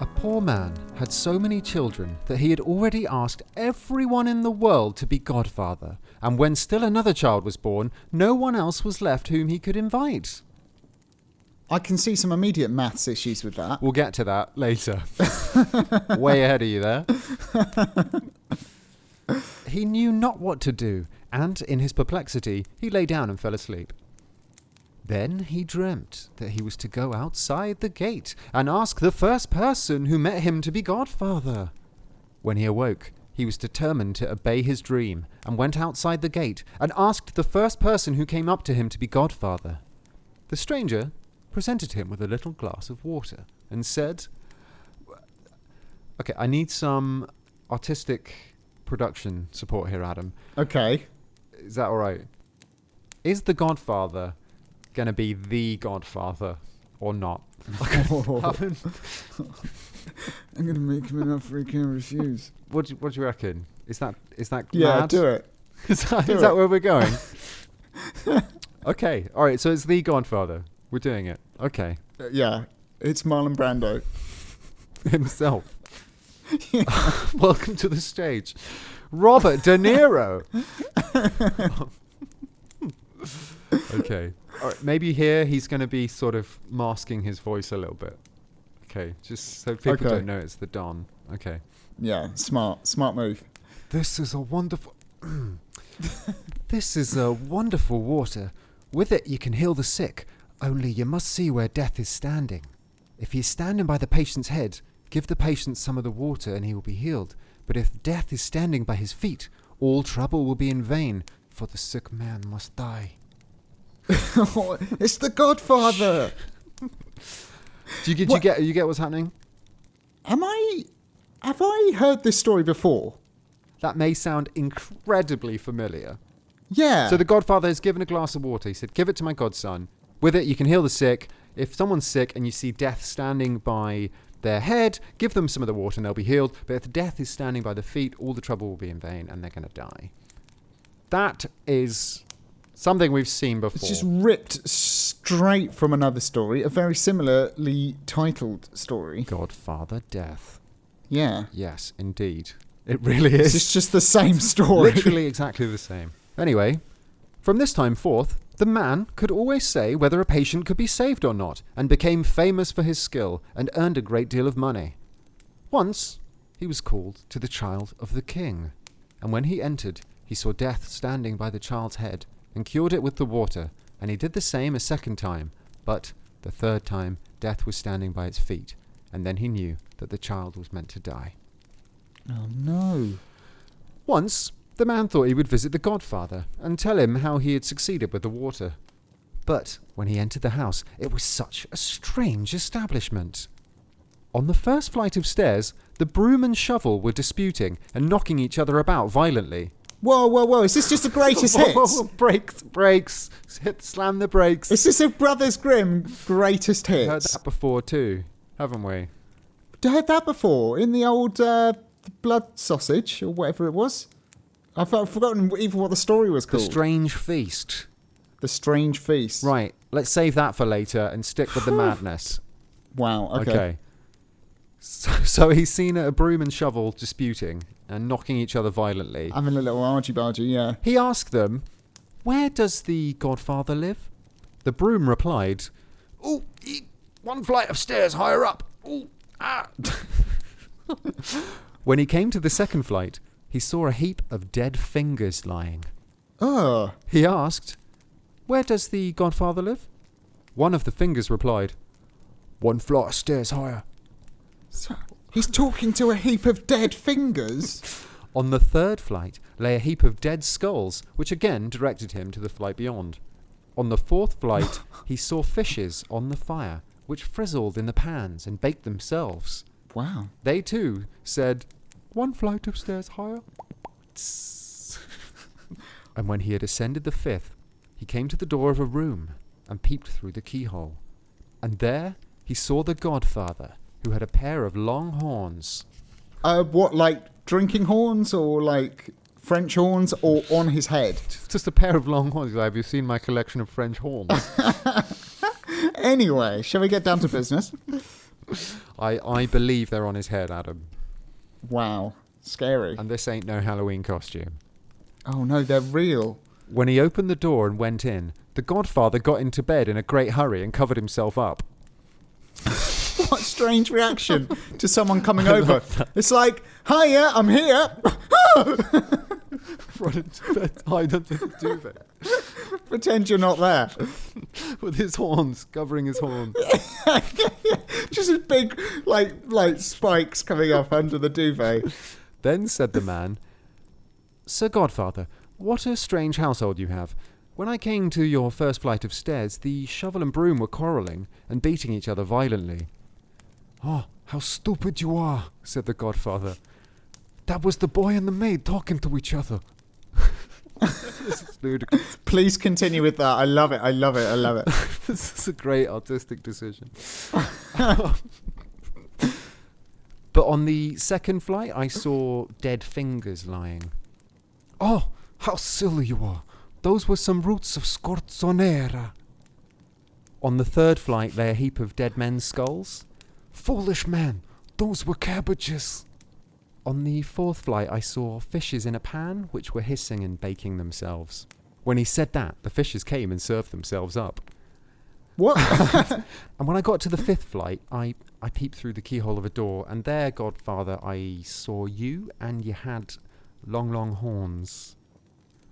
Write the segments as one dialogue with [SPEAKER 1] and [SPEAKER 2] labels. [SPEAKER 1] A poor man had so many children that he had already asked everyone in the world to be godfather, and when still another child was born, no one else was left whom he could invite.
[SPEAKER 2] I can see some immediate maths issues with that.
[SPEAKER 1] We'll get to that later. Way ahead of you there. he knew not what to do, and in his perplexity, he lay down and fell asleep. Then he dreamt that he was to go outside the gate and ask the first person who met him to be godfather. When he awoke, he was determined to obey his dream and went outside the gate and asked the first person who came up to him to be godfather. The stranger presented him with a little glass of water and said, Okay, I need some artistic production support here, Adam.
[SPEAKER 2] Okay.
[SPEAKER 1] Is that all right? Is The Godfather going to be The Godfather or not?
[SPEAKER 2] I'm
[SPEAKER 1] Adam,
[SPEAKER 2] going to make him enough for he can refuse.
[SPEAKER 1] what, do, what do you reckon? Is that is that
[SPEAKER 2] Yeah,
[SPEAKER 1] mad?
[SPEAKER 2] do it.
[SPEAKER 1] Is that,
[SPEAKER 2] Do
[SPEAKER 1] is that
[SPEAKER 2] it.
[SPEAKER 1] where we're going? okay, all right. So it's The Godfather. We're doing it. Okay,
[SPEAKER 2] Uh, yeah, it's Marlon Brando.
[SPEAKER 1] himself. Welcome to the stage, Robert De Niro. okay. All right, maybe here he's going to be sort of masking his voice a little bit. Okay, just so people
[SPEAKER 2] Okay.
[SPEAKER 1] don't know it's the Don. Okay.
[SPEAKER 2] Yeah, smart, smart move.
[SPEAKER 1] This is a wonderful. this is a wonderful water. With it, you can heal the sick. Only you must see where death is standing. If he is standing by the patient's head, give the patient some of the water and he will be healed. But if death is standing by his feet, all trouble will be in vain, for the sick man must die.
[SPEAKER 2] it's the Godfather.
[SPEAKER 1] Do you get? Do you
[SPEAKER 2] What-
[SPEAKER 1] get? You get what's happening?
[SPEAKER 2] Am I? Have I heard this story before?
[SPEAKER 1] That may sound incredibly familiar.
[SPEAKER 2] Yeah.
[SPEAKER 1] So the godfather has given a glass of water. He said, Give it to my godson. With it, you can heal the sick. If someone's sick and you see death standing by their head, give them some of the water and they'll be healed. But if death is standing by the feet, all the trouble will be in vain and they're going to die. That is something we've seen before.
[SPEAKER 2] It's just ripped straight from another story, a very similarly titled story.
[SPEAKER 1] Godfather Death.
[SPEAKER 2] Yeah.
[SPEAKER 1] Yes, indeed. It really is.
[SPEAKER 2] It's just the same story.
[SPEAKER 1] Literally exactly the same. Anyway, from this time forth, the man could always say whether a patient could be saved or not, and became famous for his skill and earned a great deal of money. Once, he was called to the child of the king, and when he entered, he saw death standing by the child's head, and cured it with the water, and he did the same a second time, but the third time, death was standing by its feet, and then he knew that the child was meant to die.
[SPEAKER 2] Oh no.
[SPEAKER 1] Once, the man thought he would visit the godfather and tell him how he had succeeded with the water. But when he entered the house, it was such a strange establishment. On the first flight of stairs, the broom and shovel were disputing and knocking each other about violently.
[SPEAKER 2] Whoa, whoa, whoa. Is this just the greatest
[SPEAKER 1] Whoa, whoa,
[SPEAKER 2] hits?
[SPEAKER 1] whoa, Brakes, brakes, hit, slam the brakes.
[SPEAKER 2] Is this a Brothers Grimm greatest
[SPEAKER 1] We've heard
[SPEAKER 2] hits?
[SPEAKER 1] that before too, haven't we?
[SPEAKER 2] I heard that before in the old uh, blood sausage or whatever it was. I've, I've forgotten even what the story was
[SPEAKER 1] The
[SPEAKER 2] called.
[SPEAKER 1] strange feast.
[SPEAKER 2] The strange feast.
[SPEAKER 1] Right, let's save that for later and stick with the madness.
[SPEAKER 2] Wow. Okay.
[SPEAKER 1] Okay. So, so he's seen a broom and shovel disputing and knocking each other violently.
[SPEAKER 2] Having a little argy bargy. Yeah.
[SPEAKER 1] He asked them, Where does the godfather live? The broom replied, Oh, he, one flight of stairs higher up. Oh, ah. when he came to the second flight, he saw a heap of dead fingers lying.
[SPEAKER 2] Oh.
[SPEAKER 1] He asked, Where does the godfather live? One of the fingers replied, One flight of stairs higher.
[SPEAKER 2] So- He's talking to a heap of dead fingers.
[SPEAKER 1] On the third flight lay a heap of dead skulls, which again directed him to the flight beyond. On the fourth flight, he saw fishes on the fire, which frizzled in the pans and baked themselves.
[SPEAKER 2] Wow.
[SPEAKER 1] They too said, One flight of stairs higher. and when he had ascended the fifth, he came to the door of a room and peeped through the keyhole. And there he saw the godfather, who had a pair of long horns.
[SPEAKER 2] Uh, what, like drinking horns or like French horns or on his head?
[SPEAKER 1] Just a pair of long horns. Have you seen my collection of French horns?
[SPEAKER 2] Anyway, shall we get down to business?
[SPEAKER 1] I, I believe they're on his head, Adam.
[SPEAKER 2] wow. Scary.
[SPEAKER 1] And this ain't no Halloween costume.
[SPEAKER 2] Oh no, they're real.
[SPEAKER 1] When he opened the door and went in, the godfather got into bed in a great hurry and covered himself up.
[SPEAKER 2] What a strange reaction to someone coming over. It's like, hiya, I'm here.
[SPEAKER 1] Run into bed, hide under the duvet
[SPEAKER 2] Pretend you're not there.
[SPEAKER 1] with his horns, covering his horns.
[SPEAKER 2] Just a big, like, like spikes coming up under the duvet.
[SPEAKER 1] Then said the man, Sir Godfather, what a strange household you have. When I came to your first flight of stairs, the shovel and broom were quarrelling and beating each other violently. Ah, how stupid you are, said the Godfather. That was the boy and the maid talking to each other. this is ludicrous.
[SPEAKER 2] Please continue with that. I love it. I love it. I love it.
[SPEAKER 1] This is a great artistic decision. but on the second flight, I saw dead fingers lying. Oh, how silly you are! Those were some roots of scorzonera. On the third flight, lay a heap of dead men's skulls. Foolish man, those were cabbages. On the fourth flight, I saw fishes in a pan which were hissing and baking themselves. When he said that, the fishes came and served themselves up.
[SPEAKER 2] What?
[SPEAKER 1] And when I got to the fifth flight, I, I peeped through the keyhole of a door, and there, Godfather, I saw you, and you had long, long horns.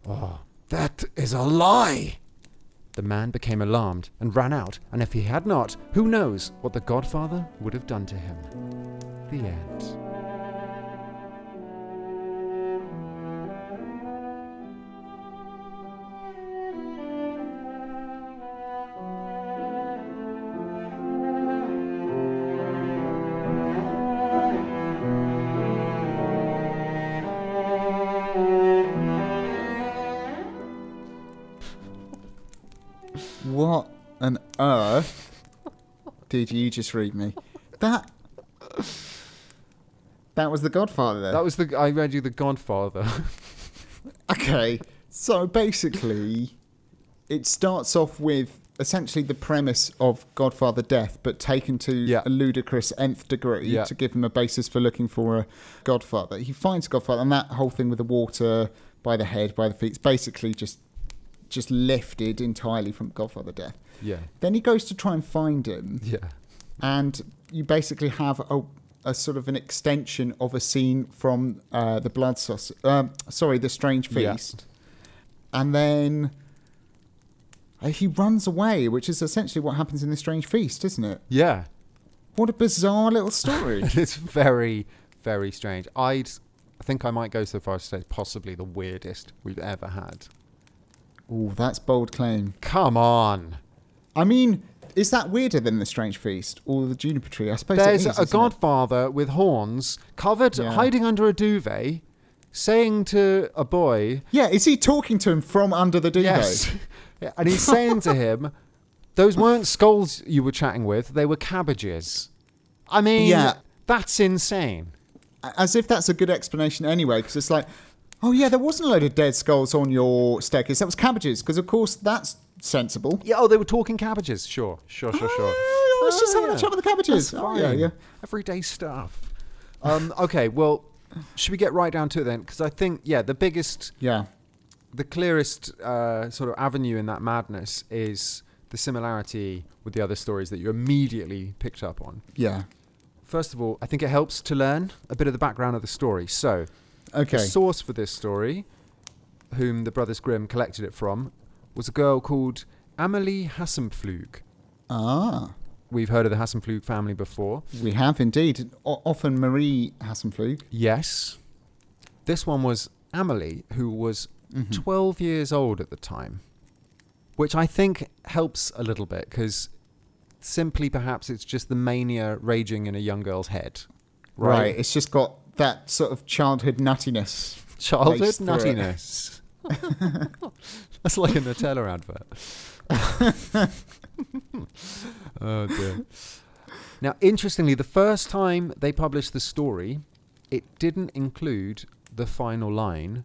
[SPEAKER 1] Oh, that is a lie! The man became alarmed and ran out, and if he had not, who knows what the Godfather would have done to him. The end.
[SPEAKER 2] What on earth did you just read me? That That was the Godfather there.
[SPEAKER 1] That was the. I read you the Godfather.
[SPEAKER 2] okay. So basically it starts off with essentially the premise of Godfather death but taken to
[SPEAKER 1] Yeah.
[SPEAKER 2] a ludicrous nth degree
[SPEAKER 1] Yeah.
[SPEAKER 2] to give him a basis for looking for a Godfather. He finds Godfather and that whole thing with the water by the head, by the feet, it's basically just just lifted entirely from Godfather death.
[SPEAKER 1] yeah.
[SPEAKER 2] Then he goes to try and find him,
[SPEAKER 1] Yeah.
[SPEAKER 2] and you basically have a, a sort of an extension of a scene from uh, the blood sauce. Um, sorry, the strange
[SPEAKER 1] Yeah.
[SPEAKER 2] feast, and then uh, he runs away, which is essentially what happens in the strange feast, isn't it?
[SPEAKER 1] Yeah.
[SPEAKER 2] What a bizarre little story!
[SPEAKER 1] And it's very, very strange. I'd, I think I might go so far as to say it's possibly the weirdest we've ever had.
[SPEAKER 2] oh, that's bold claim.
[SPEAKER 1] Come on.
[SPEAKER 2] I mean, is that weirder than the strange feast or the juniper tree? I suppose it
[SPEAKER 1] There's
[SPEAKER 2] is,
[SPEAKER 1] a
[SPEAKER 2] isn't it?
[SPEAKER 1] godfather with horns, covered,
[SPEAKER 2] Yeah.
[SPEAKER 1] hiding under a duvet, saying to a boy,
[SPEAKER 2] Yeah, is he talking to him from under the duvet?
[SPEAKER 1] Yes. Yeah, and he's saying to him, Those weren't skulls you were chatting with, they were cabbages. I mean,
[SPEAKER 2] Yeah.
[SPEAKER 1] that's insane.
[SPEAKER 2] as if that's a good explanation anyway, because it's like, oh yeah, there wasn't a load of dead skulls on your staircase. That was cabbages, because of course that's sensible.
[SPEAKER 1] Yeah, oh, they were talking cabbages. Sure, sure, sure, sure.
[SPEAKER 2] I was just
[SPEAKER 1] Oh,
[SPEAKER 2] having
[SPEAKER 1] yeah.
[SPEAKER 2] a chat with the cabbages.
[SPEAKER 1] That's
[SPEAKER 2] Oh,
[SPEAKER 1] fine.
[SPEAKER 2] yeah, yeah.
[SPEAKER 1] Everyday stuff. Um, okay, well, should we get right down to it then? Because I think, yeah, the biggest,
[SPEAKER 2] Yeah.
[SPEAKER 1] the clearest uh, sort of avenue in that madness is the similarity with the other stories that you immediately picked up on.
[SPEAKER 2] Yeah.
[SPEAKER 1] First of all, I think it helps to learn a bit of the background of the story. So,
[SPEAKER 2] Okay.
[SPEAKER 1] the source for this story, whom the Brothers Grimm collected it from, was a girl called Amelie Hassenpflug.
[SPEAKER 2] ah,
[SPEAKER 1] We've heard of the Hassenpflug family before.
[SPEAKER 2] we have indeed. O- often Marie Hassenflug.
[SPEAKER 1] Yes.
[SPEAKER 2] Mm-hmm.
[SPEAKER 1] This one was Amelie, who was 12 years old at the time. which I think helps a little bit because simply perhaps it's just the mania raging in a young girl's head.
[SPEAKER 2] Right. It's just got that sort of childhood nuttiness.
[SPEAKER 1] Childhood
[SPEAKER 2] Raced through it.
[SPEAKER 1] nuttiness. That's like a Nutella advert. oh dear. Now, interestingly, the first time they published the story, it didn't include the final line.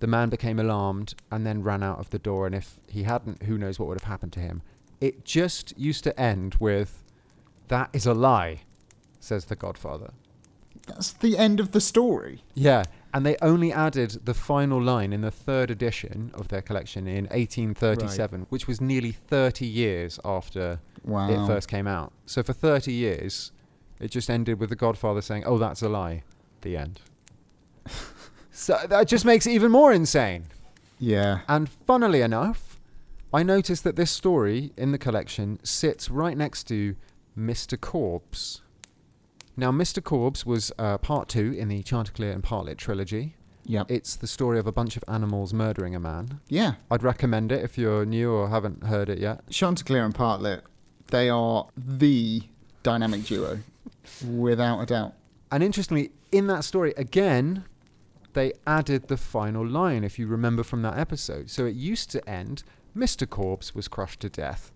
[SPEAKER 1] The man became alarmed and then ran out of the door, and if he hadn't, who knows what would have happened to him. It just used to end with, That is a lie, says the Godfather.
[SPEAKER 2] That's the end of the story.
[SPEAKER 1] Yeah, and they only added the final line in the third edition of their collection in 1837, which was nearly 30 years after
[SPEAKER 2] Wow.
[SPEAKER 1] it first came out. So for 30 years, it just ended with The Godfather saying, "Oh, that's a lie." The end. so that just makes it even more insane.
[SPEAKER 2] Yeah.
[SPEAKER 1] And funnily enough, I noticed that this story in the collection sits right next to Mr. Corbs. Now, Mr. Corbs was uh, part two in the Chanticleer and Partlet trilogy.
[SPEAKER 2] Yep.
[SPEAKER 1] It's the story of a bunch of animals murdering a man.
[SPEAKER 2] yeah.
[SPEAKER 1] I'd recommend it if you're new or haven't heard it yet.
[SPEAKER 2] Chanticleer and Partlet, they are the dynamic duo, without a doubt.
[SPEAKER 1] And interestingly, in that story, again, they added the final line, if you remember from that episode. So it used to end Mr. Corbs was crushed to death.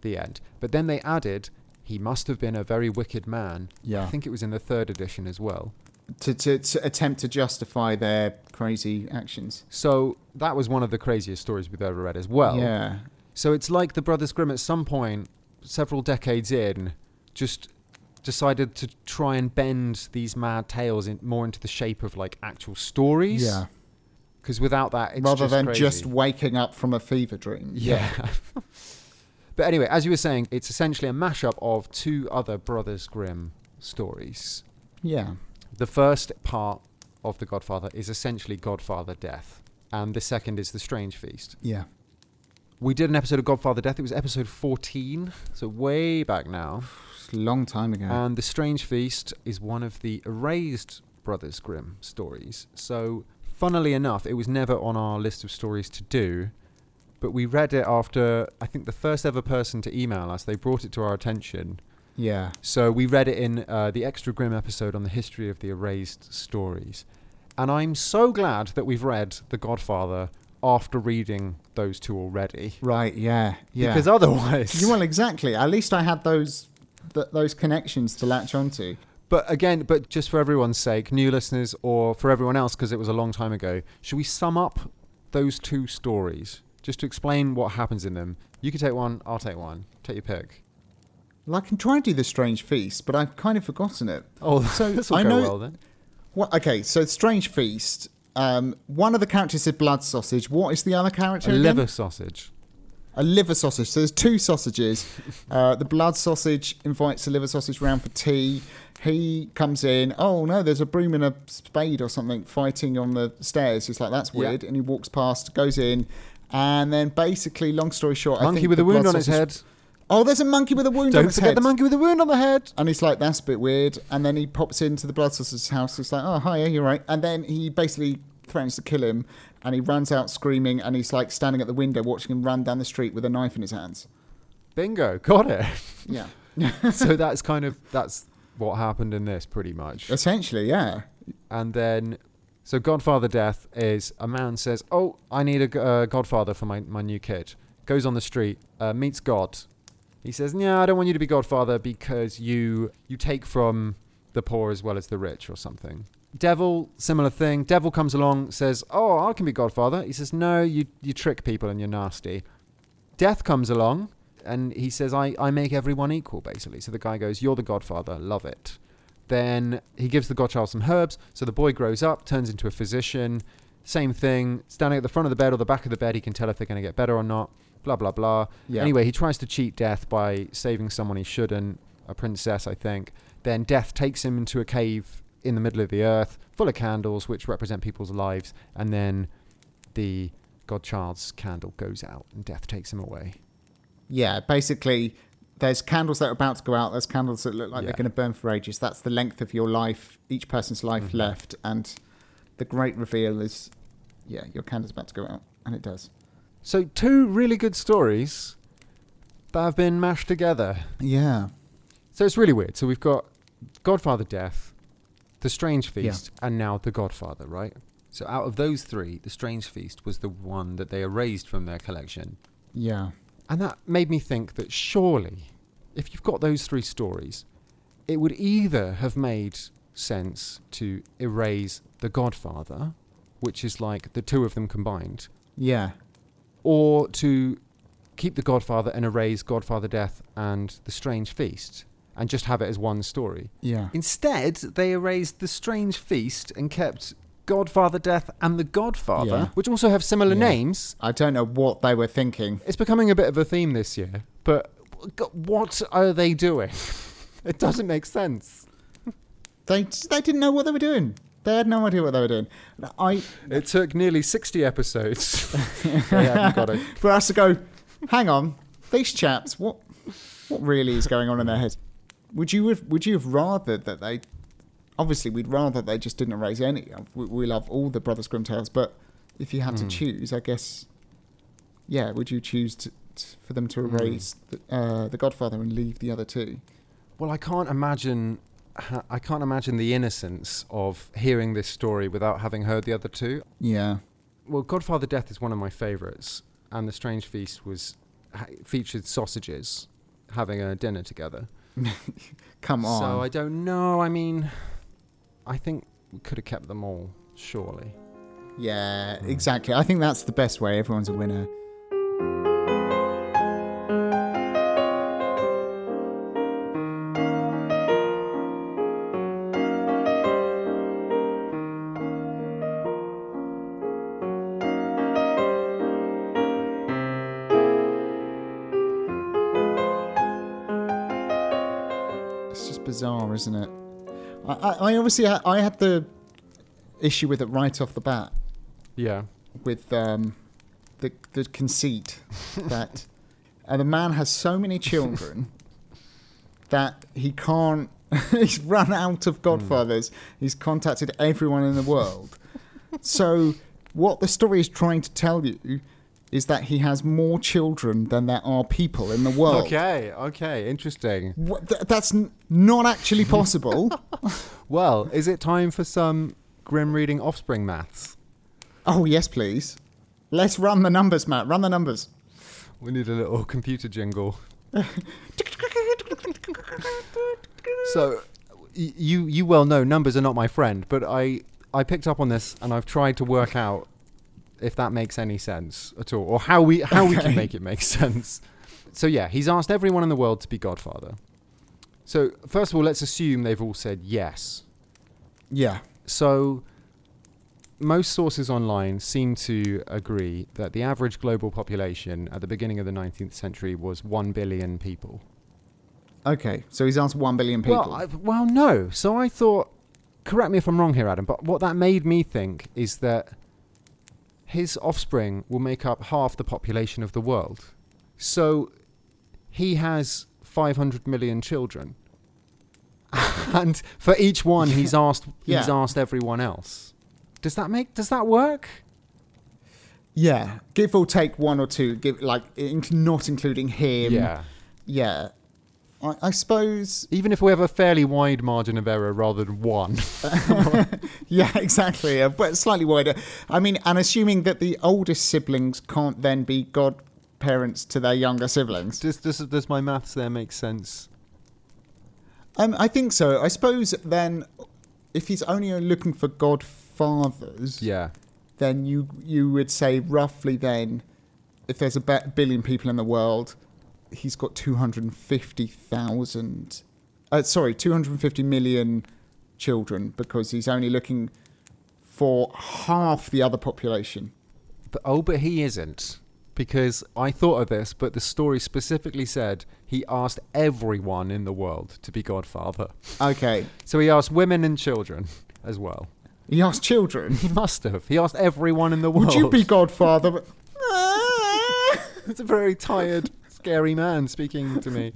[SPEAKER 1] The end. But then they added, he must have been a very wicked man. I
[SPEAKER 2] Yeah.
[SPEAKER 1] think it was in the third edition as well.
[SPEAKER 2] To, to, to attempt to justify their crazy actions.
[SPEAKER 1] So that was one of the craziest stories we've ever read as well.
[SPEAKER 2] yeah.
[SPEAKER 1] So it's like the Brothers Grimm at some point, several decades in, just decided to try and bend these mad tales in, more into the shape of like actual stories.
[SPEAKER 2] Yeah.
[SPEAKER 1] Because without that, it's
[SPEAKER 2] Rather
[SPEAKER 1] just
[SPEAKER 2] than
[SPEAKER 1] crazy.
[SPEAKER 2] just waking up from a fever dream.
[SPEAKER 1] yeah. but anyway, as you were saying, it's essentially a mashup of two other Brothers Grimm stories.
[SPEAKER 2] Yeah.
[SPEAKER 1] The first part of The Godfather is essentially Godfather Death, and the second is The Strange Feast.
[SPEAKER 2] Yeah.
[SPEAKER 1] We did an episode of Godfather Death. It was episode 14, so way back now.
[SPEAKER 2] It's a long time ago.
[SPEAKER 1] And The Strange Feast is one of the erased Brothers Grimm stories. So, funnily enough, it was never on our list of stories to do, but we read it after I think the first ever person to email us. They brought it to our attention.
[SPEAKER 2] yeah.
[SPEAKER 1] So, we read it in uh, the Extra Grimm episode on the history of the erased stories. And I'm so glad that we've read The Godfather after reading those two already.
[SPEAKER 2] Right. Yeah. Yeah.
[SPEAKER 1] Because otherwise.
[SPEAKER 2] You- well, exactly. At least I had those th- those connections to latch onto.
[SPEAKER 1] But again, but just for everyone's sake, new listeners or for everyone else, because it was a long time ago, should we sum up those two stories just to explain what happens in them? You can take one, I'll take one. Take your pick.
[SPEAKER 2] Well, I can try and do the strange feast, but I've kind of forgotten it.
[SPEAKER 1] Oh,
[SPEAKER 2] So,
[SPEAKER 1] this will
[SPEAKER 2] I
[SPEAKER 1] go
[SPEAKER 2] know-
[SPEAKER 1] well then.
[SPEAKER 2] Well, okay, so strange feast. Um, one of the characters is blood sausage. What is the other
[SPEAKER 1] A
[SPEAKER 2] character? again?
[SPEAKER 1] liver sausage.
[SPEAKER 2] A liver sausage. So there's two sausages. Uh, the blood sausage invites the liver sausage round for tea. He comes in. Oh no, there's a broom and a spade or something fighting on the stairs. He's like, that's
[SPEAKER 1] Yeah.
[SPEAKER 2] weird. And he walks past, goes in, and then basically, long story short, I
[SPEAKER 1] monkey
[SPEAKER 2] think
[SPEAKER 1] with
[SPEAKER 2] the
[SPEAKER 1] a wound
[SPEAKER 2] blood
[SPEAKER 1] on its
[SPEAKER 2] sausage-
[SPEAKER 1] head.
[SPEAKER 2] Oh, there's a monkey with a wound on
[SPEAKER 1] Don't
[SPEAKER 2] its
[SPEAKER 1] forget
[SPEAKER 2] head.
[SPEAKER 1] the monkey with a wound on the head.
[SPEAKER 2] And he's like, that's a bit weird. And then he pops into the blood saucer's house. He's like, oh, hi, yeah, you're right. And then he basically threatens to kill him. And he runs out screaming. And he's like standing at the window watching him run down the street with a knife in his hands.
[SPEAKER 1] Bingo, got it.
[SPEAKER 2] Yeah.
[SPEAKER 1] so that's kind of that's what happened in this pretty much.
[SPEAKER 2] Essentially, yeah.
[SPEAKER 1] And then, so Godfather Death is a man says, Oh, I need a g- uh, Godfather for my, my new kid. Goes on the street, uh, meets God. He says, Nah, I don't want you to be Godfather because you you take from the poor as well as the rich or something. Devil, similar thing. Devil comes along, says, Oh, I can be Godfather. He says, No, you, you trick people and you're nasty. Death comes along and he says, I, I make everyone equal, basically. So the guy goes, You're the Godfather, love it. Then he gives the godchild some herbs. So the boy grows up, turns into a physician. Same thing, standing at the front of the bed or the back of the bed, he can tell if they're going to get better or not. Blah, blah, blah.
[SPEAKER 2] Yeah.
[SPEAKER 1] Anyway, he tries to cheat death by saving someone he shouldn't, a princess, I think. Then death takes him into a cave in the middle of the earth, full of candles, which represent people's lives. And then the godchild's candle goes out and death takes him away.
[SPEAKER 2] Yeah. Basically, there's candles that are about to go out. There's candles that look like
[SPEAKER 1] Yeah.
[SPEAKER 2] they're going to burn for ages. That's the length of your life, each person's life
[SPEAKER 1] Mhm.
[SPEAKER 2] left. And the great reveal is, yeah, your candle's about to go out. And it does.
[SPEAKER 1] So, two really good stories that have been mashed together.
[SPEAKER 2] Yeah.
[SPEAKER 1] So, it's really weird. So, we've got Godfather Death, The Strange Feast, and now The Godfather, right? So, out of those three, The Strange Feast was the one that they erased from their collection.
[SPEAKER 2] Yeah.
[SPEAKER 1] And that made me think that surely, if you've got those three stories, it would either have made sense to erase The Godfather, which is like the two of them combined,
[SPEAKER 2] Yeah.
[SPEAKER 1] or to keep The Godfather and erase Godfather Death and The Strange Feast and just have it as one story.
[SPEAKER 2] Yeah.
[SPEAKER 1] Instead, they erased The Strange Feast and kept Godfather Death and The Godfather,
[SPEAKER 2] Yeah.
[SPEAKER 1] which also have similar
[SPEAKER 2] Yeah.
[SPEAKER 1] names.
[SPEAKER 2] I don't know what they were thinking.
[SPEAKER 1] It's becoming a bit of a theme this year, but g- what are they doing? it doesn't make sense.
[SPEAKER 2] They they didn't know what they were doing. They had no idea what they were doing. I
[SPEAKER 1] It took nearly 60 episodes. they haven't got it.
[SPEAKER 2] for us to go, hang on, these chaps, what what really is going on in their heads? Would you have, would you have rather that they? Obviously, we'd rather they just didn't erase any. We, we love all the Brothers Grimm tales, but if you had to
[SPEAKER 1] Mm.
[SPEAKER 2] choose, I guess, yeah, would you choose to, t for them to
[SPEAKER 1] Mm.
[SPEAKER 2] erase the, uh, the Godfather and leave the other two?
[SPEAKER 1] Well, I can't imagine. ha- I can't imagine the innocence of hearing this story without having heard the other two.
[SPEAKER 2] Yeah,
[SPEAKER 1] Well, Godfather Death is one of my favourites, and The Strange Feast was ha- featured sausages having a dinner together.
[SPEAKER 2] come on.
[SPEAKER 1] So I don't know. I mean, I think we could have kept them all, surely.
[SPEAKER 2] Yeah, exactly. I think that's the best way. Everyone's a winner. It's just bizarre, isn't it? I, I, I obviously ha- I had the issue with it right off the bat
[SPEAKER 1] Yeah.
[SPEAKER 2] with um, the the conceit that uh, the man has so many children that he can't. he's run out of
[SPEAKER 1] Hmm.
[SPEAKER 2] Godfathers. He's contacted everyone in the world. so what the story is trying to tell you is that he has more children than there are people in the world.
[SPEAKER 1] Okay. Okay. Interesting.
[SPEAKER 2] What, th- that's n- not actually possible.
[SPEAKER 1] Well, is it time for some grim reading offspring maths?
[SPEAKER 2] oh yes, please. Let's run the numbers, Matt. Run the numbers.
[SPEAKER 1] We need a little computer jingle. so, y- you you well know numbers are not my friend, but I I picked up on this and I've tried to work out if that makes any sense at all, or how we how we can
[SPEAKER 2] Okay.
[SPEAKER 1] make it make sense. So yeah, he's asked everyone in the world to be Godfather. So first of all, let's assume they've all said yes.
[SPEAKER 2] Yeah.
[SPEAKER 1] So, most sources online seem to agree that the average global population at the beginning of the 19th century was 1 billion people.
[SPEAKER 2] Okay, so he's asked one billion people.
[SPEAKER 1] Well, I, well, no. So I thought, correct me if I'm wrong here, Adam, but what that made me think is that his offspring will make up half the population of the world. So he has 500 million children. and for each one, he's asked he's
[SPEAKER 2] Yeah.
[SPEAKER 1] asked everyone else. Does that make does that work?
[SPEAKER 2] yeah, give or take one or two. Give like in, not including him. yeah. I, I suppose.
[SPEAKER 1] Even if we have a fairly wide margin of error rather than one.
[SPEAKER 2] Yeah, exactly. uh, But slightly wider. I mean, and assuming that the oldest siblings can't then be godparents to their younger siblings.
[SPEAKER 1] does, does, does my maths there make sense?
[SPEAKER 2] Um, I think so. I suppose then, if he's only looking for godfathers,
[SPEAKER 1] Yeah.
[SPEAKER 2] then you you would say roughly then, if there's a ba- billion people in the world, he's got two hundred and fifty thousand, uh, sorry, two hundred and fifty million children because he's only looking for half the other population.
[SPEAKER 1] But oh, but he isn't. Because I thought of this, but the story specifically said he asked everyone in the world to be godfather.
[SPEAKER 2] Okay,
[SPEAKER 1] So he asked women and children as well.
[SPEAKER 2] he asked children,
[SPEAKER 1] He must have. He asked everyone in the world.
[SPEAKER 2] "Would you be godfather?"
[SPEAKER 1] it's a very tired, scary man speaking to me.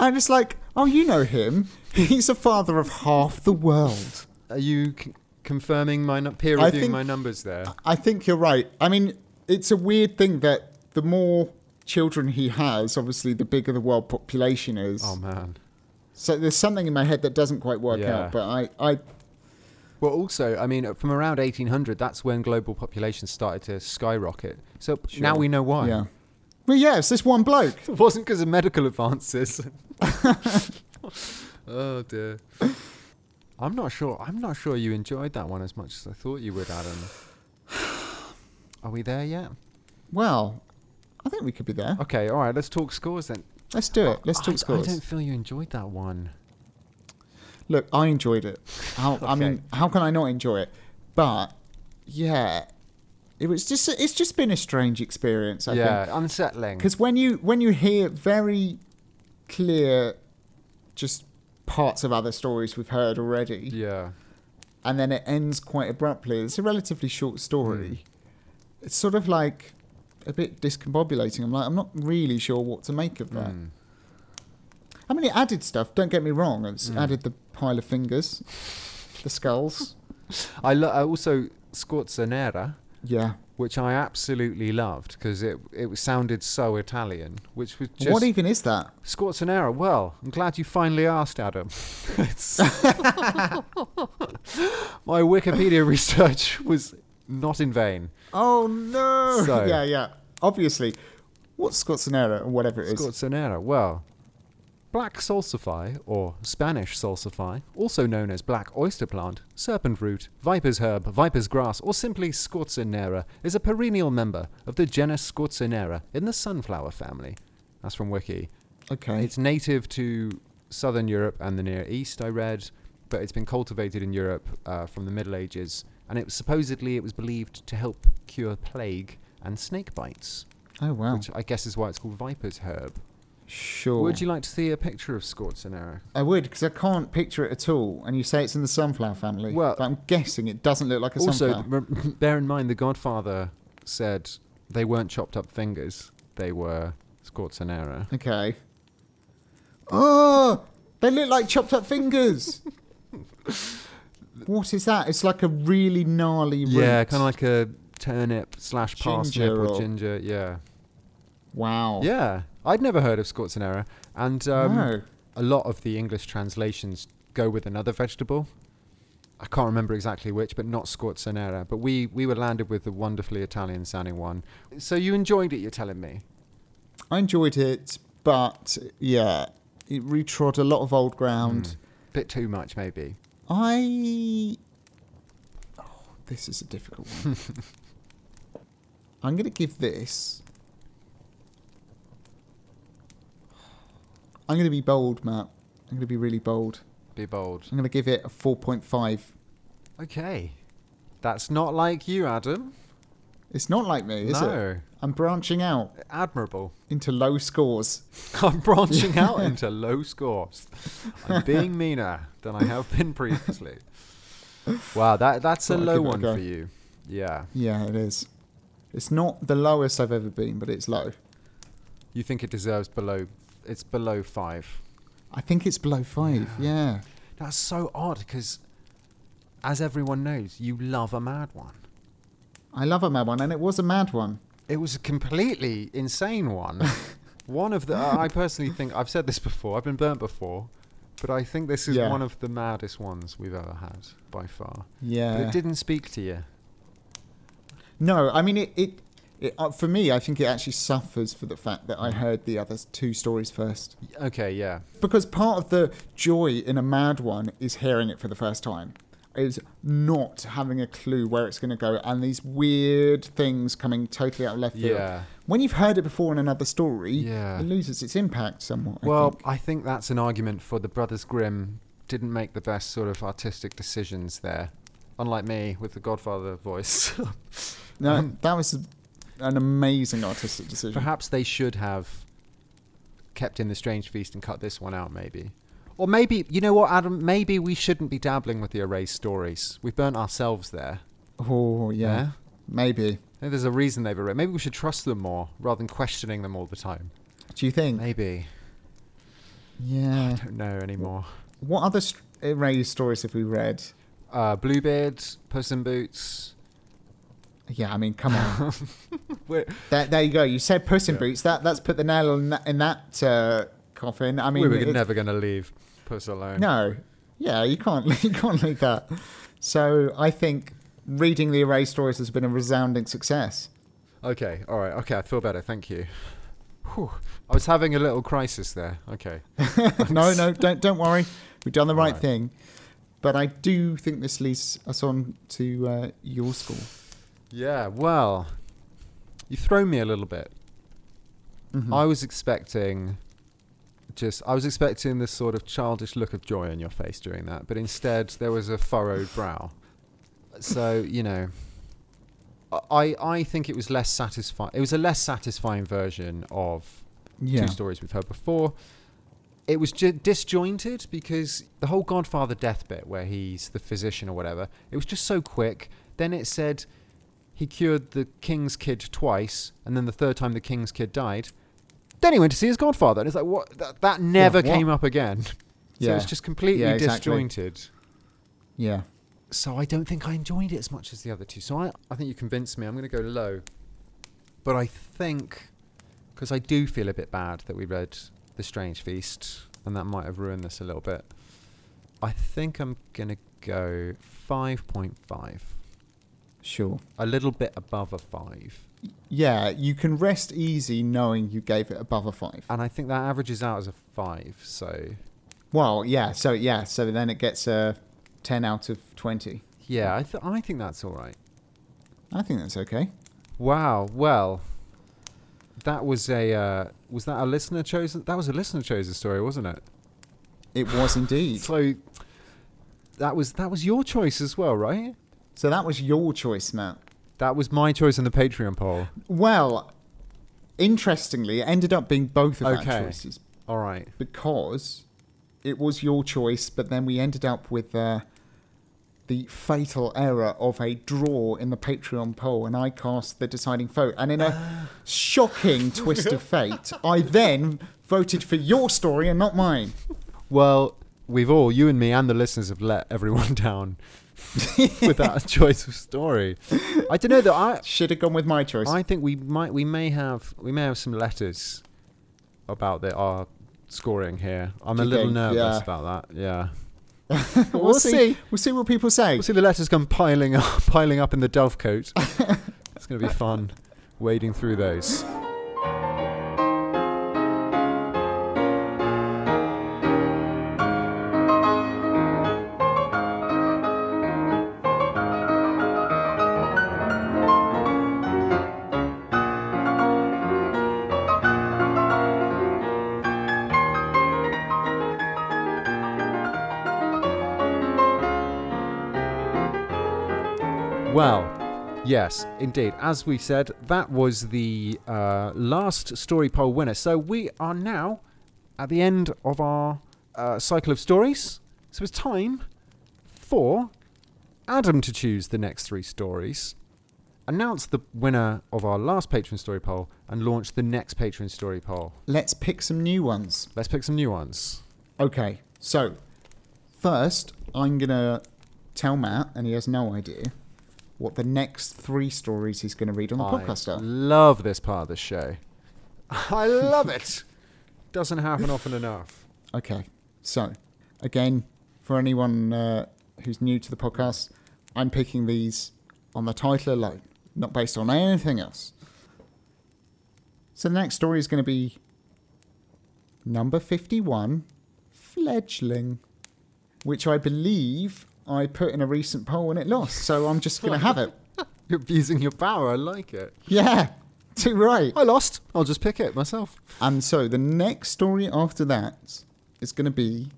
[SPEAKER 2] and it's like, oh, you know him. He's the father of half the world.
[SPEAKER 1] Are you c- confirming my nu- peer
[SPEAKER 2] I
[SPEAKER 1] reviewing
[SPEAKER 2] think-
[SPEAKER 1] my numbers there.
[SPEAKER 2] I think you're right. I mean, it's a weird thing that the more children he has, obviously, the bigger the world population is.
[SPEAKER 1] Oh man.
[SPEAKER 2] so there's something in my head that doesn't quite work
[SPEAKER 1] Yeah.
[SPEAKER 2] out. But I, I,
[SPEAKER 1] Well, also, I mean, uh, from around 1800, that's when global population started to skyrocket. So now
[SPEAKER 2] Sure.
[SPEAKER 1] we know why.
[SPEAKER 2] yeah. Well, yeah, it's this one bloke.
[SPEAKER 1] It wasn't because of medical advances. oh dear. I'm not sure. I'm not sure you enjoyed that one as much as I thought you would, Adam. Are we there yet?
[SPEAKER 2] Well, I think we could be there.
[SPEAKER 1] Okay, all right. Let's talk scores then.
[SPEAKER 2] Let's do it. Let's
[SPEAKER 1] I-
[SPEAKER 2] talk
[SPEAKER 1] I
[SPEAKER 2] scores.
[SPEAKER 1] don't feel you enjoyed that one.
[SPEAKER 2] Look, I enjoyed it. How, I mean, how can I not enjoy it? But yeah, it was just. It's just been a strange experience. I think.
[SPEAKER 1] yeah, unsettling.
[SPEAKER 2] because Mm. when you when you hear very clear just parts of other stories we've heard already
[SPEAKER 1] Yeah.
[SPEAKER 2] and then it ends quite abruptly it's a relatively short story it's sort of like a bit discombobulating i'm like i'm not really sure what to make of that
[SPEAKER 1] Mm.
[SPEAKER 2] i mean it added stuff don't get me wrong it's
[SPEAKER 1] Mm.
[SPEAKER 2] added the pile of fingers the skulls
[SPEAKER 1] I, lo- I also Scorzonera,
[SPEAKER 2] yeah
[SPEAKER 1] which I absolutely loved because it it sounded so Italian, which was just
[SPEAKER 2] what even is that
[SPEAKER 1] Scorzonera. Well, I'm glad you finally asked, Adam. It's- My Wikipedia research was not in vain.
[SPEAKER 2] oh no
[SPEAKER 1] So-
[SPEAKER 2] yeah yeah obviously what's scotsonera or whatever it is
[SPEAKER 1] Scorzonera. Well, black salsify or Spanish salsify, also known as black oyster plant, serpent root, viper's herb, viper's grass, or simply Scorzonera, is a perennial member of the genus Scorzonera in the sunflower family. That's from Wiki.
[SPEAKER 2] okay
[SPEAKER 1] It's native to southern Europe and the Near East, I read, but it's been cultivated in Europe uh, from the Middle Ages, and it was supposedly it was believed to help cure plague and snake bites,
[SPEAKER 2] oh wow
[SPEAKER 1] which I guess is why it's called viper's herb.
[SPEAKER 2] Sure.
[SPEAKER 1] Would you like to see a picture of Scorzonera?
[SPEAKER 2] I would, because I can't picture it at all. And you say it's in the sunflower family.
[SPEAKER 1] Well-
[SPEAKER 2] but I'm guessing it doesn't look like a
[SPEAKER 1] Also,
[SPEAKER 2] sunflower.
[SPEAKER 1] rem- bear in mind the Godfather said they weren't chopped up fingers; they were Scorzonera.
[SPEAKER 2] Okay. Oh, they look like chopped up fingers. what is that? It's like a really gnarly root.
[SPEAKER 1] Yeah, kind of like a turnip slash parsnip
[SPEAKER 2] Ginger
[SPEAKER 1] or,
[SPEAKER 2] or-
[SPEAKER 1] ginger. Yeah,
[SPEAKER 2] Wow.
[SPEAKER 1] yeah. I'd never heard of Scorzonera, and um,
[SPEAKER 2] Oh. no.
[SPEAKER 1] a lot of the English translations go with another vegetable. I can't remember exactly which, but not scorzonera. But we, we were landed with the wonderfully Italian sounding one. So you enjoyed it, you're telling me?
[SPEAKER 2] I enjoyed it, but yeah, it retrod a lot of old ground.
[SPEAKER 1] Bit too much, maybe.
[SPEAKER 2] I. Oh, this is a difficult one. I'm going to give this. I'm going to be bold, Matt. I'm going to be really bold.
[SPEAKER 1] Be bold.
[SPEAKER 2] I'm going to give it a 4.5.
[SPEAKER 1] Okay. That's not like you, Adam.
[SPEAKER 2] It's not like me, is it?
[SPEAKER 1] no.
[SPEAKER 2] I'm branching out
[SPEAKER 1] Admirable.
[SPEAKER 2] into low scores.
[SPEAKER 1] I'm branching out into low scores. I'm being meaner than I have been previously. Wow, that that's a
[SPEAKER 2] Thought I'd
[SPEAKER 1] low
[SPEAKER 2] give it a
[SPEAKER 1] one
[SPEAKER 2] go.
[SPEAKER 1] for you. Yeah.
[SPEAKER 2] Yeah, it is. It's not the lowest I've ever been, but it's low.
[SPEAKER 1] You think it deserves below? It's below five.
[SPEAKER 2] I think it's below five. Yeah.
[SPEAKER 1] That's so odd because, as everyone knows, you love a mad one.
[SPEAKER 2] I love a mad one, and it was a mad one.
[SPEAKER 1] It was a completely insane one. one of the I I personally think I've said this before. I've been burnt before, but I think this is
[SPEAKER 2] Yeah.
[SPEAKER 1] one of the maddest ones we've ever had by far.
[SPEAKER 2] Yeah.
[SPEAKER 1] But it didn't speak to you.
[SPEAKER 2] No, I mean it. it, it uh, for me, I think it actually suffers for the fact that I
[SPEAKER 1] Mm.
[SPEAKER 2] heard the other two stories first.
[SPEAKER 1] Y- Okay, yeah,
[SPEAKER 2] Because part of the joy in a mad one is hearing it for the first time. Is not having a clue where it's going to go, and these weird things coming totally out of left field.
[SPEAKER 1] yeah,
[SPEAKER 2] When you've heard it before in another story,
[SPEAKER 1] yeah.
[SPEAKER 2] it loses its impact somewhat. I
[SPEAKER 1] Well,
[SPEAKER 2] think.
[SPEAKER 1] I think that's an argument for the Brothers Grimm didn't make the best sort of artistic decisions there. Unlike me with the Godfather voice.
[SPEAKER 2] no,
[SPEAKER 1] um,
[SPEAKER 2] that was an amazing artistic decision.
[SPEAKER 1] Perhaps they should have kept in the Strange Feast and cut this one out, maybe. Or maybe, you know what, Adam? Maybe we shouldn't be dabbling with the erased stories. We've burnt ourselves there.
[SPEAKER 2] Oh yeah,
[SPEAKER 1] Yeah?
[SPEAKER 2] maybe.
[SPEAKER 1] I think There's a reason they've erased. Maybe we should trust them more rather than questioning them all the time.
[SPEAKER 2] Do you think?
[SPEAKER 1] Maybe. I
[SPEAKER 2] Yeah.
[SPEAKER 1] don't know anymore.
[SPEAKER 2] What other st- erased stories have we read?
[SPEAKER 1] uh, Bluebeard, Puss in Boots.
[SPEAKER 2] Yeah, I mean, come on.
[SPEAKER 1] We're,
[SPEAKER 2] there, there you go. You said Puss in
[SPEAKER 1] Yeah.
[SPEAKER 2] Boots. That that's put the nail in that, in that uh, coffin. I mean,
[SPEAKER 1] we were
[SPEAKER 2] it's-
[SPEAKER 1] never going to leave Puss alone.
[SPEAKER 2] No, yeah, you can't you can't leave that. So I think reading the Array stories has been a resounding success.
[SPEAKER 1] Okay, all right. Okay, I feel better. Thank you. Whew. I was having a little crisis there. Okay.
[SPEAKER 2] no, no, don't don't worry. We've done the right,
[SPEAKER 1] Alright.
[SPEAKER 2] thing. But I do think this leads us on to uh, your school.
[SPEAKER 1] Yeah, well, you throw me a little bit.
[SPEAKER 2] Mhm.
[SPEAKER 1] Mm-hmm. I was expecting just I was expecting this sort of childish look of joy on your face during that, but instead there was a furrowed brow. So, you know, I I think it was less satisfying. It was a less satisfying version of
[SPEAKER 2] yeah.
[SPEAKER 1] two stories we've heard before. It was ju- disjointed because the whole Godfather death bit, where he's the physician or whatever, it was just so quick. Then it said he cured the king's kid twice, and then the third time the king's kid died. Then he went to see his Godfather, and it's like what that, that never
[SPEAKER 2] what?
[SPEAKER 1] came up again. So it
[SPEAKER 2] Yeah.
[SPEAKER 1] was just completely
[SPEAKER 2] Yeah, exactly.
[SPEAKER 1] disjointed.
[SPEAKER 2] yeah.
[SPEAKER 1] So I don't think I enjoyed it as much as the other two. So I, I think you convinced me. I'm going to go low. But I think, because I do feel a bit bad that we read The Strange Feast, and that might have ruined this a little bit. I think I'm going to go 5.5.
[SPEAKER 2] Sure.
[SPEAKER 1] A little bit above a 5.
[SPEAKER 2] Yeah, you can rest easy knowing you gave it above a five.
[SPEAKER 1] And I think that averages out as a 5. So,
[SPEAKER 2] Well, yeah. So yeah. So then it gets a ten out of twenty.
[SPEAKER 1] yeah, I, th- I think that's all right.
[SPEAKER 2] I think that's okay.
[SPEAKER 1] Wow. Well, that was a. Uh, was that a listener chosen? That was a listener chosen story, wasn't it?
[SPEAKER 2] It was indeed.
[SPEAKER 1] So that was that was your choice as well, right?
[SPEAKER 2] So that was your choice, Matt.
[SPEAKER 1] That was my choice in the Patreon poll.
[SPEAKER 2] Well, interestingly, it ended up being both of
[SPEAKER 1] Okay.
[SPEAKER 2] our choices
[SPEAKER 1] All right.
[SPEAKER 2] because it was your choice, but then we ended up with uh, the fatal error of a draw in the Patreon poll, and I cast the deciding vote. And in a shocking twist of fate, I then voted for your story and not mine.
[SPEAKER 1] Well, we've all, you and me, and the listeners, have let everyone down with that choice of story. I don't know though. I
[SPEAKER 2] Should have gone with my choice.
[SPEAKER 1] I think we might we may have we may have some letters about the our scoring here. I'm
[SPEAKER 2] Do
[SPEAKER 1] a
[SPEAKER 2] you
[SPEAKER 1] little
[SPEAKER 2] think?
[SPEAKER 1] nervous
[SPEAKER 2] Yeah.
[SPEAKER 1] about that. Yeah.
[SPEAKER 2] we'll,
[SPEAKER 1] we'll see.
[SPEAKER 2] see. We'll see what people say.
[SPEAKER 1] We'll see the letters come piling up, piling up in the dove coat. it's going to be fun wading through those. Well, yes, indeed. As we said, that was the uh, last story poll winner. So we are now at the end of our uh, cycle of stories. So it's time for Adam to choose the next three stories, announce the winner of our last patron story poll, and launch the next patron story poll.
[SPEAKER 2] Let's pick some new ones.
[SPEAKER 1] Let's pick some new ones.
[SPEAKER 2] Okay, so first I'm gonna tell Matt, and he has no idea what the next three stories he's gonna read on the
[SPEAKER 1] I
[SPEAKER 2] podcast are.
[SPEAKER 1] love this part of the show. I love it. Doesn't happen often enough.
[SPEAKER 2] Okay, so again, for anyone uh, who's new to the podcast, I'm picking these on the title alone, not based on anything else. So the next story is gonna be number fifty-one, fledgling. which I believe I put in a recent poll and it lost. So I'm just going to have it.
[SPEAKER 1] You're abusing your power. I like it.
[SPEAKER 2] Yeah, too right.
[SPEAKER 1] I lost. I'll just pick it myself.
[SPEAKER 2] And so the next story after that is going to be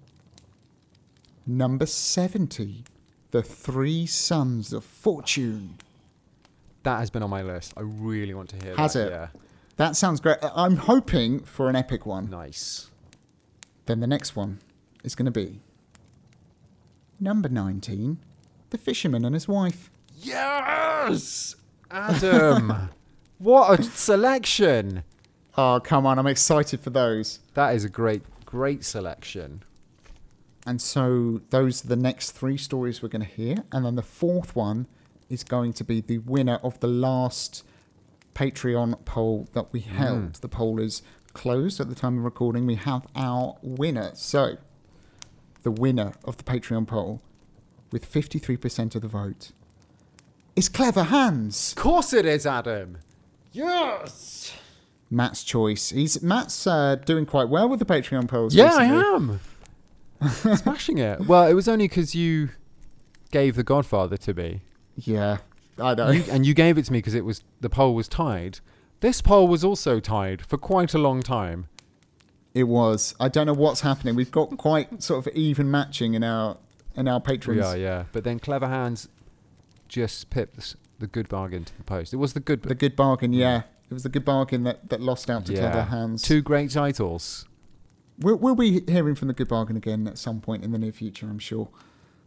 [SPEAKER 2] number 70 The Three Sons of Fortune.
[SPEAKER 1] That has been on my list. I really want to hear.
[SPEAKER 2] Has
[SPEAKER 1] that.
[SPEAKER 2] it?
[SPEAKER 1] Yeah.
[SPEAKER 2] That sounds great. I- I'm hoping for an epic one.
[SPEAKER 1] Nice.
[SPEAKER 2] Then the next one is going to be number 19 The Fisherman and His Wife.
[SPEAKER 1] Yes, Adam. what a selection.
[SPEAKER 2] Oh, come on. I'm excited for those.
[SPEAKER 1] That is a great, great selection.
[SPEAKER 2] And so those are the next three stories we're going to hear. And then the fourth one is going to be the winner of the last Patreon poll that
[SPEAKER 1] Mm.
[SPEAKER 2] we held. The poll is closed at the time of recording. We have our winner. So the winner of the Patreon poll with 53% of the vote is Clever Hands.
[SPEAKER 1] Of course it is, Adam. Yes.
[SPEAKER 2] Matt's choice. He's Matt's uh, doing quite well with the Patreon polls.
[SPEAKER 1] Yeah, I
[SPEAKER 2] recently.
[SPEAKER 1] am. Smashing it. Well, it was only because you gave The Godfather to me,
[SPEAKER 2] Yeah, I know.
[SPEAKER 1] You- and you gave it to me because it was the poll was tied. This poll was also tied for quite a long time.
[SPEAKER 2] It was. I don't know what's happening. We've got quite sort of even matching in our in our patrons.
[SPEAKER 1] We are, yeah. But then Clever Hands just pipped the, s- the good bargain to the post. It was the good,
[SPEAKER 2] The good bargain, yeah. It was the good bargain that, that lost out to
[SPEAKER 1] yeah,
[SPEAKER 2] clever hands.
[SPEAKER 1] two great titles.
[SPEAKER 2] We'll, we'll be hearing from the good bargain again at some point in the near future, I'm sure.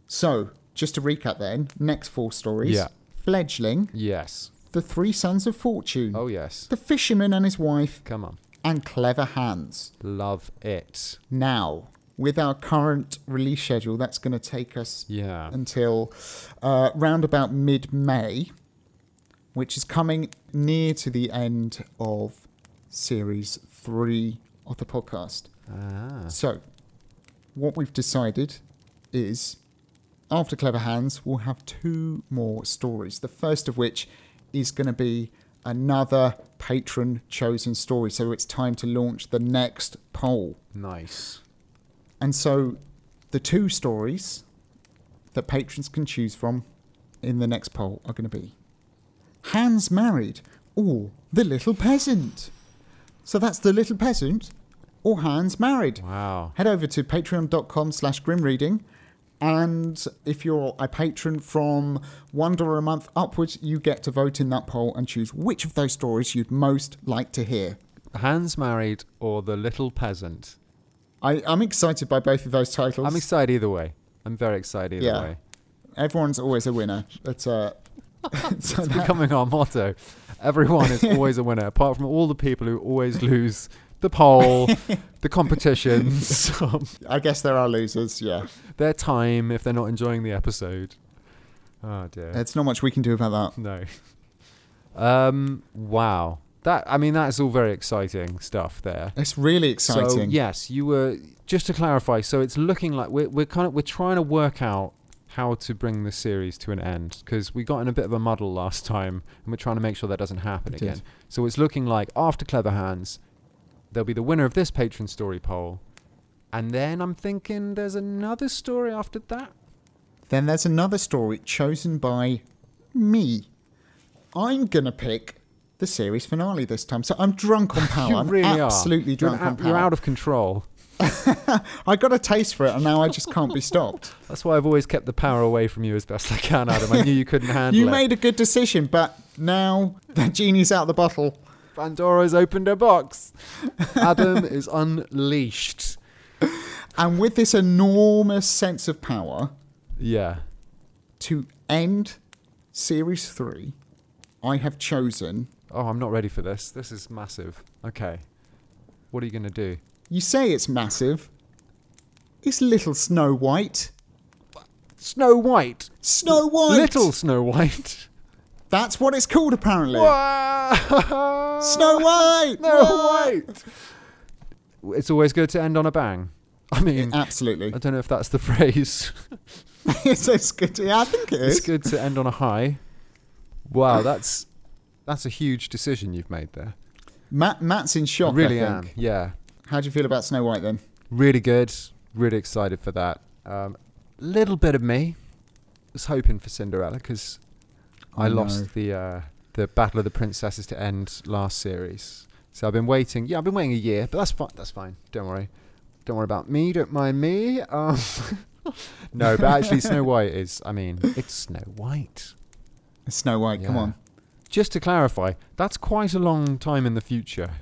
[SPEAKER 2] So, just to recap, then next four stories:
[SPEAKER 1] Yeah.
[SPEAKER 2] fledgling,
[SPEAKER 1] Yes.
[SPEAKER 2] the three sons of fortune,
[SPEAKER 1] Oh yes.
[SPEAKER 2] the fisherman and his wife,
[SPEAKER 1] Come on.
[SPEAKER 2] and clever hands.
[SPEAKER 1] Love it.
[SPEAKER 2] Now, with our current release schedule, that's going to take us
[SPEAKER 1] Yeah.
[SPEAKER 2] until uh, round about mid May, which is coming near to the end of series three of the podcast.
[SPEAKER 1] Ah.
[SPEAKER 2] So, what we've decided is after Clever Hands, we'll have two more stories. The first of which is going to be another patron chosen story. So, it's time to launch the next poll.
[SPEAKER 1] Nice.
[SPEAKER 2] And so the two stories that patrons can choose from in the next poll are going to be Hans Married or The Little Peasant. So that's The Little Peasant or Hans Married.
[SPEAKER 1] Wow.
[SPEAKER 2] Head over to patreon.com slash grimreading. And if you're a patron from $1 a month upwards, you get to vote in that poll and choose which of those stories you'd most like to hear.
[SPEAKER 1] Hans married or the little peasant.
[SPEAKER 2] I, I'm excited by both of those titles.
[SPEAKER 1] I'm excited either way. I'm very excited either
[SPEAKER 2] Yeah.
[SPEAKER 1] way.
[SPEAKER 2] Everyone's always a winner. That's uh, so
[SPEAKER 1] It's
[SPEAKER 2] that-
[SPEAKER 1] becoming our motto. Everyone is always a winner, apart from all the people who always lose the poll, the competitions, um,
[SPEAKER 2] I guess there are losers. Yeah,
[SPEAKER 1] their time if they're not enjoying the episode. Oh dear.
[SPEAKER 2] it's not much we can do about that.
[SPEAKER 1] No. Um. Wow. That. I mean, that's all very exciting stuff there.
[SPEAKER 2] It's really exciting.
[SPEAKER 1] So yes, you were just to clarify. So it's looking like we're we're kind of we're trying to work out how to bring the series to an end because we got in a bit of a muddle last time, and we're trying to make sure that doesn't happen
[SPEAKER 2] We did.
[SPEAKER 1] again. So it's looking like after Clever Hands, there'll be the winner of this patron story poll, and then I'm thinking there's another story after that.
[SPEAKER 2] Then there's another story chosen by me. I'm gonna pick the series finale this time. So I'm drunk on power.
[SPEAKER 1] you
[SPEAKER 2] I'm
[SPEAKER 1] really
[SPEAKER 2] absolutely
[SPEAKER 1] are.
[SPEAKER 2] drunk
[SPEAKER 1] you're,
[SPEAKER 2] on
[SPEAKER 1] an-
[SPEAKER 2] power.
[SPEAKER 1] you're out of control.
[SPEAKER 2] I got a taste for it, and now I just can't be stopped.
[SPEAKER 1] That's why I've always kept the power away from you as best I can, Adam. I knew you couldn't handle
[SPEAKER 2] you
[SPEAKER 1] it.
[SPEAKER 2] made a good decision, but now the genie's out of the bottle.
[SPEAKER 1] Pandora's opened her box. Adam is unleashed.
[SPEAKER 2] And with this enormous sense of power,
[SPEAKER 1] Yeah.
[SPEAKER 2] to end series three, I have chosen.
[SPEAKER 1] Oh, I'm not ready for this. This is massive. Okay. What are you going to do?
[SPEAKER 2] You say it's massive. It's Little Snow White.
[SPEAKER 1] Snow White.
[SPEAKER 2] Snow White.
[SPEAKER 1] Little Snow White.
[SPEAKER 2] That's what it's called, apparently.
[SPEAKER 1] Wow.
[SPEAKER 2] Snow White.
[SPEAKER 1] Snow
[SPEAKER 2] Wha-
[SPEAKER 1] White. It's always good to end on a bang. I mean,
[SPEAKER 2] Absolutely.
[SPEAKER 1] I don't know if that's the phrase.
[SPEAKER 2] it's, it's good. To, yeah, I think it
[SPEAKER 1] It's
[SPEAKER 2] is.
[SPEAKER 1] good to end on a high. Wow, that's that's a huge decision you've made there.
[SPEAKER 2] Matt, Matt's in shock.
[SPEAKER 1] I really
[SPEAKER 2] I
[SPEAKER 1] am.
[SPEAKER 2] think.
[SPEAKER 1] Yeah.
[SPEAKER 2] How do you feel about Snow White then?
[SPEAKER 1] really good. Really excited for that. um, little bit of me was hoping for Cinderella because I,
[SPEAKER 2] I know.
[SPEAKER 1] lost the uh, the Battle of the Princesses to end last series. So I've been waiting. Yeah, I've been waiting a year, but that's fine. That's fine. Don't worry. Don't worry about me. Don't mind me. Um, no, but actually, Snow White is. I mean, it's Snow White.
[SPEAKER 2] It's Snow White. Come
[SPEAKER 1] Yeah.
[SPEAKER 2] on.
[SPEAKER 1] Just to clarify, that's quite a long time in the future.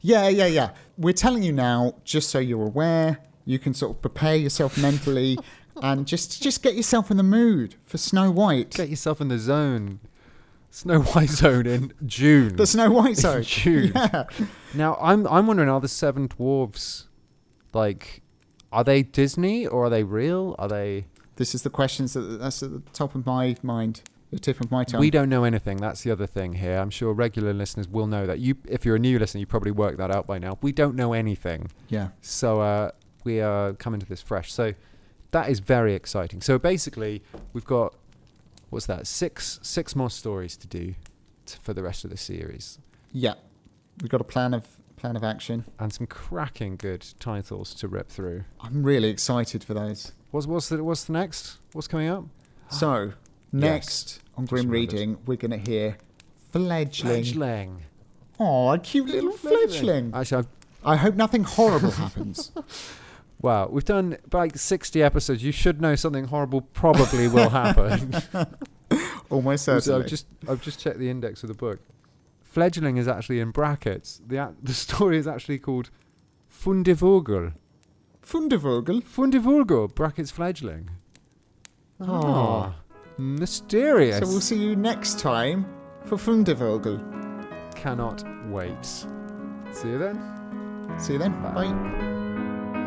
[SPEAKER 2] Yeah, yeah, yeah. We're telling you now, just so you're aware, you can sort of prepare yourself mentally and just just get yourself in the mood for Snow White.
[SPEAKER 1] Get yourself in the zone. Snow White zone in June.
[SPEAKER 2] The Snow White
[SPEAKER 1] In
[SPEAKER 2] Zone.
[SPEAKER 1] June.
[SPEAKER 2] Yeah.
[SPEAKER 1] Now I'm I'm wondering are the seven dwarves like Are they Disney or are they real? Are they?
[SPEAKER 2] This is the questions that that's at the top of my mind, the tip of my tongue.
[SPEAKER 1] We don't know anything. That's the other thing here. I'm sure regular listeners will know that. You, if you're a new listener, you probably worked that out by now. We don't know anything,
[SPEAKER 2] yeah.
[SPEAKER 1] so uh, we are coming to this fresh. So that is very exciting. So basically, we've got what's that? Six six more stories to do t- for the rest of the series,
[SPEAKER 2] Yeah. We've got a plan of plan of action.
[SPEAKER 1] and some cracking good titles to rip through.
[SPEAKER 2] I'm really excited for those.
[SPEAKER 1] What's what's the, what's the next? What's coming up?
[SPEAKER 2] So next on Grim
[SPEAKER 1] remembered.
[SPEAKER 2] Reading, we're gonna hear fledgling.
[SPEAKER 1] Fledgling.
[SPEAKER 2] Oh, a cute little fledgling.
[SPEAKER 1] Actually, I've,
[SPEAKER 2] I hope nothing horrible happens.
[SPEAKER 1] wow, we've done like 60 episodes. You should know something horrible probably will happen.
[SPEAKER 2] Almost
[SPEAKER 1] so
[SPEAKER 2] certainly.
[SPEAKER 1] I've just I've just checked the index of the book. Fledgling is actually in brackets. The ac- the story is actually called Fundevogel.
[SPEAKER 2] Fundevogel.
[SPEAKER 1] Fundevogel brackets fledgling.
[SPEAKER 2] Ah.
[SPEAKER 1] mysterious.
[SPEAKER 2] So we'll see you next time for Fundevogel.
[SPEAKER 1] Cannot wait. See you then.
[SPEAKER 2] See you then.
[SPEAKER 1] Bye.
[SPEAKER 2] Bye.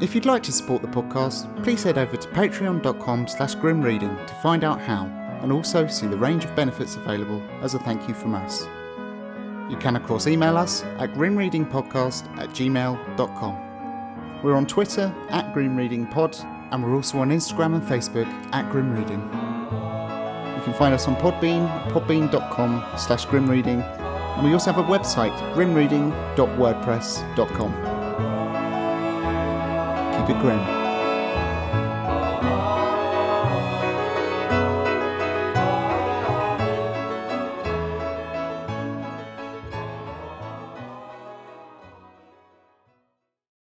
[SPEAKER 2] If you'd like to support the podcast, please head over to patreon.com slash grimreading to find out how and also see the range of benefits available as a thank you from us. You can of course email us at grimreadingpodcast at gmail.com. We're on Twitter at grimreadingpod and we're also on Instagram and Facebook at grimreading. You can find us on Podbean, podbean.com slash grimreading, and we also have a website, grimreading.wordpress.com. Keep it grim.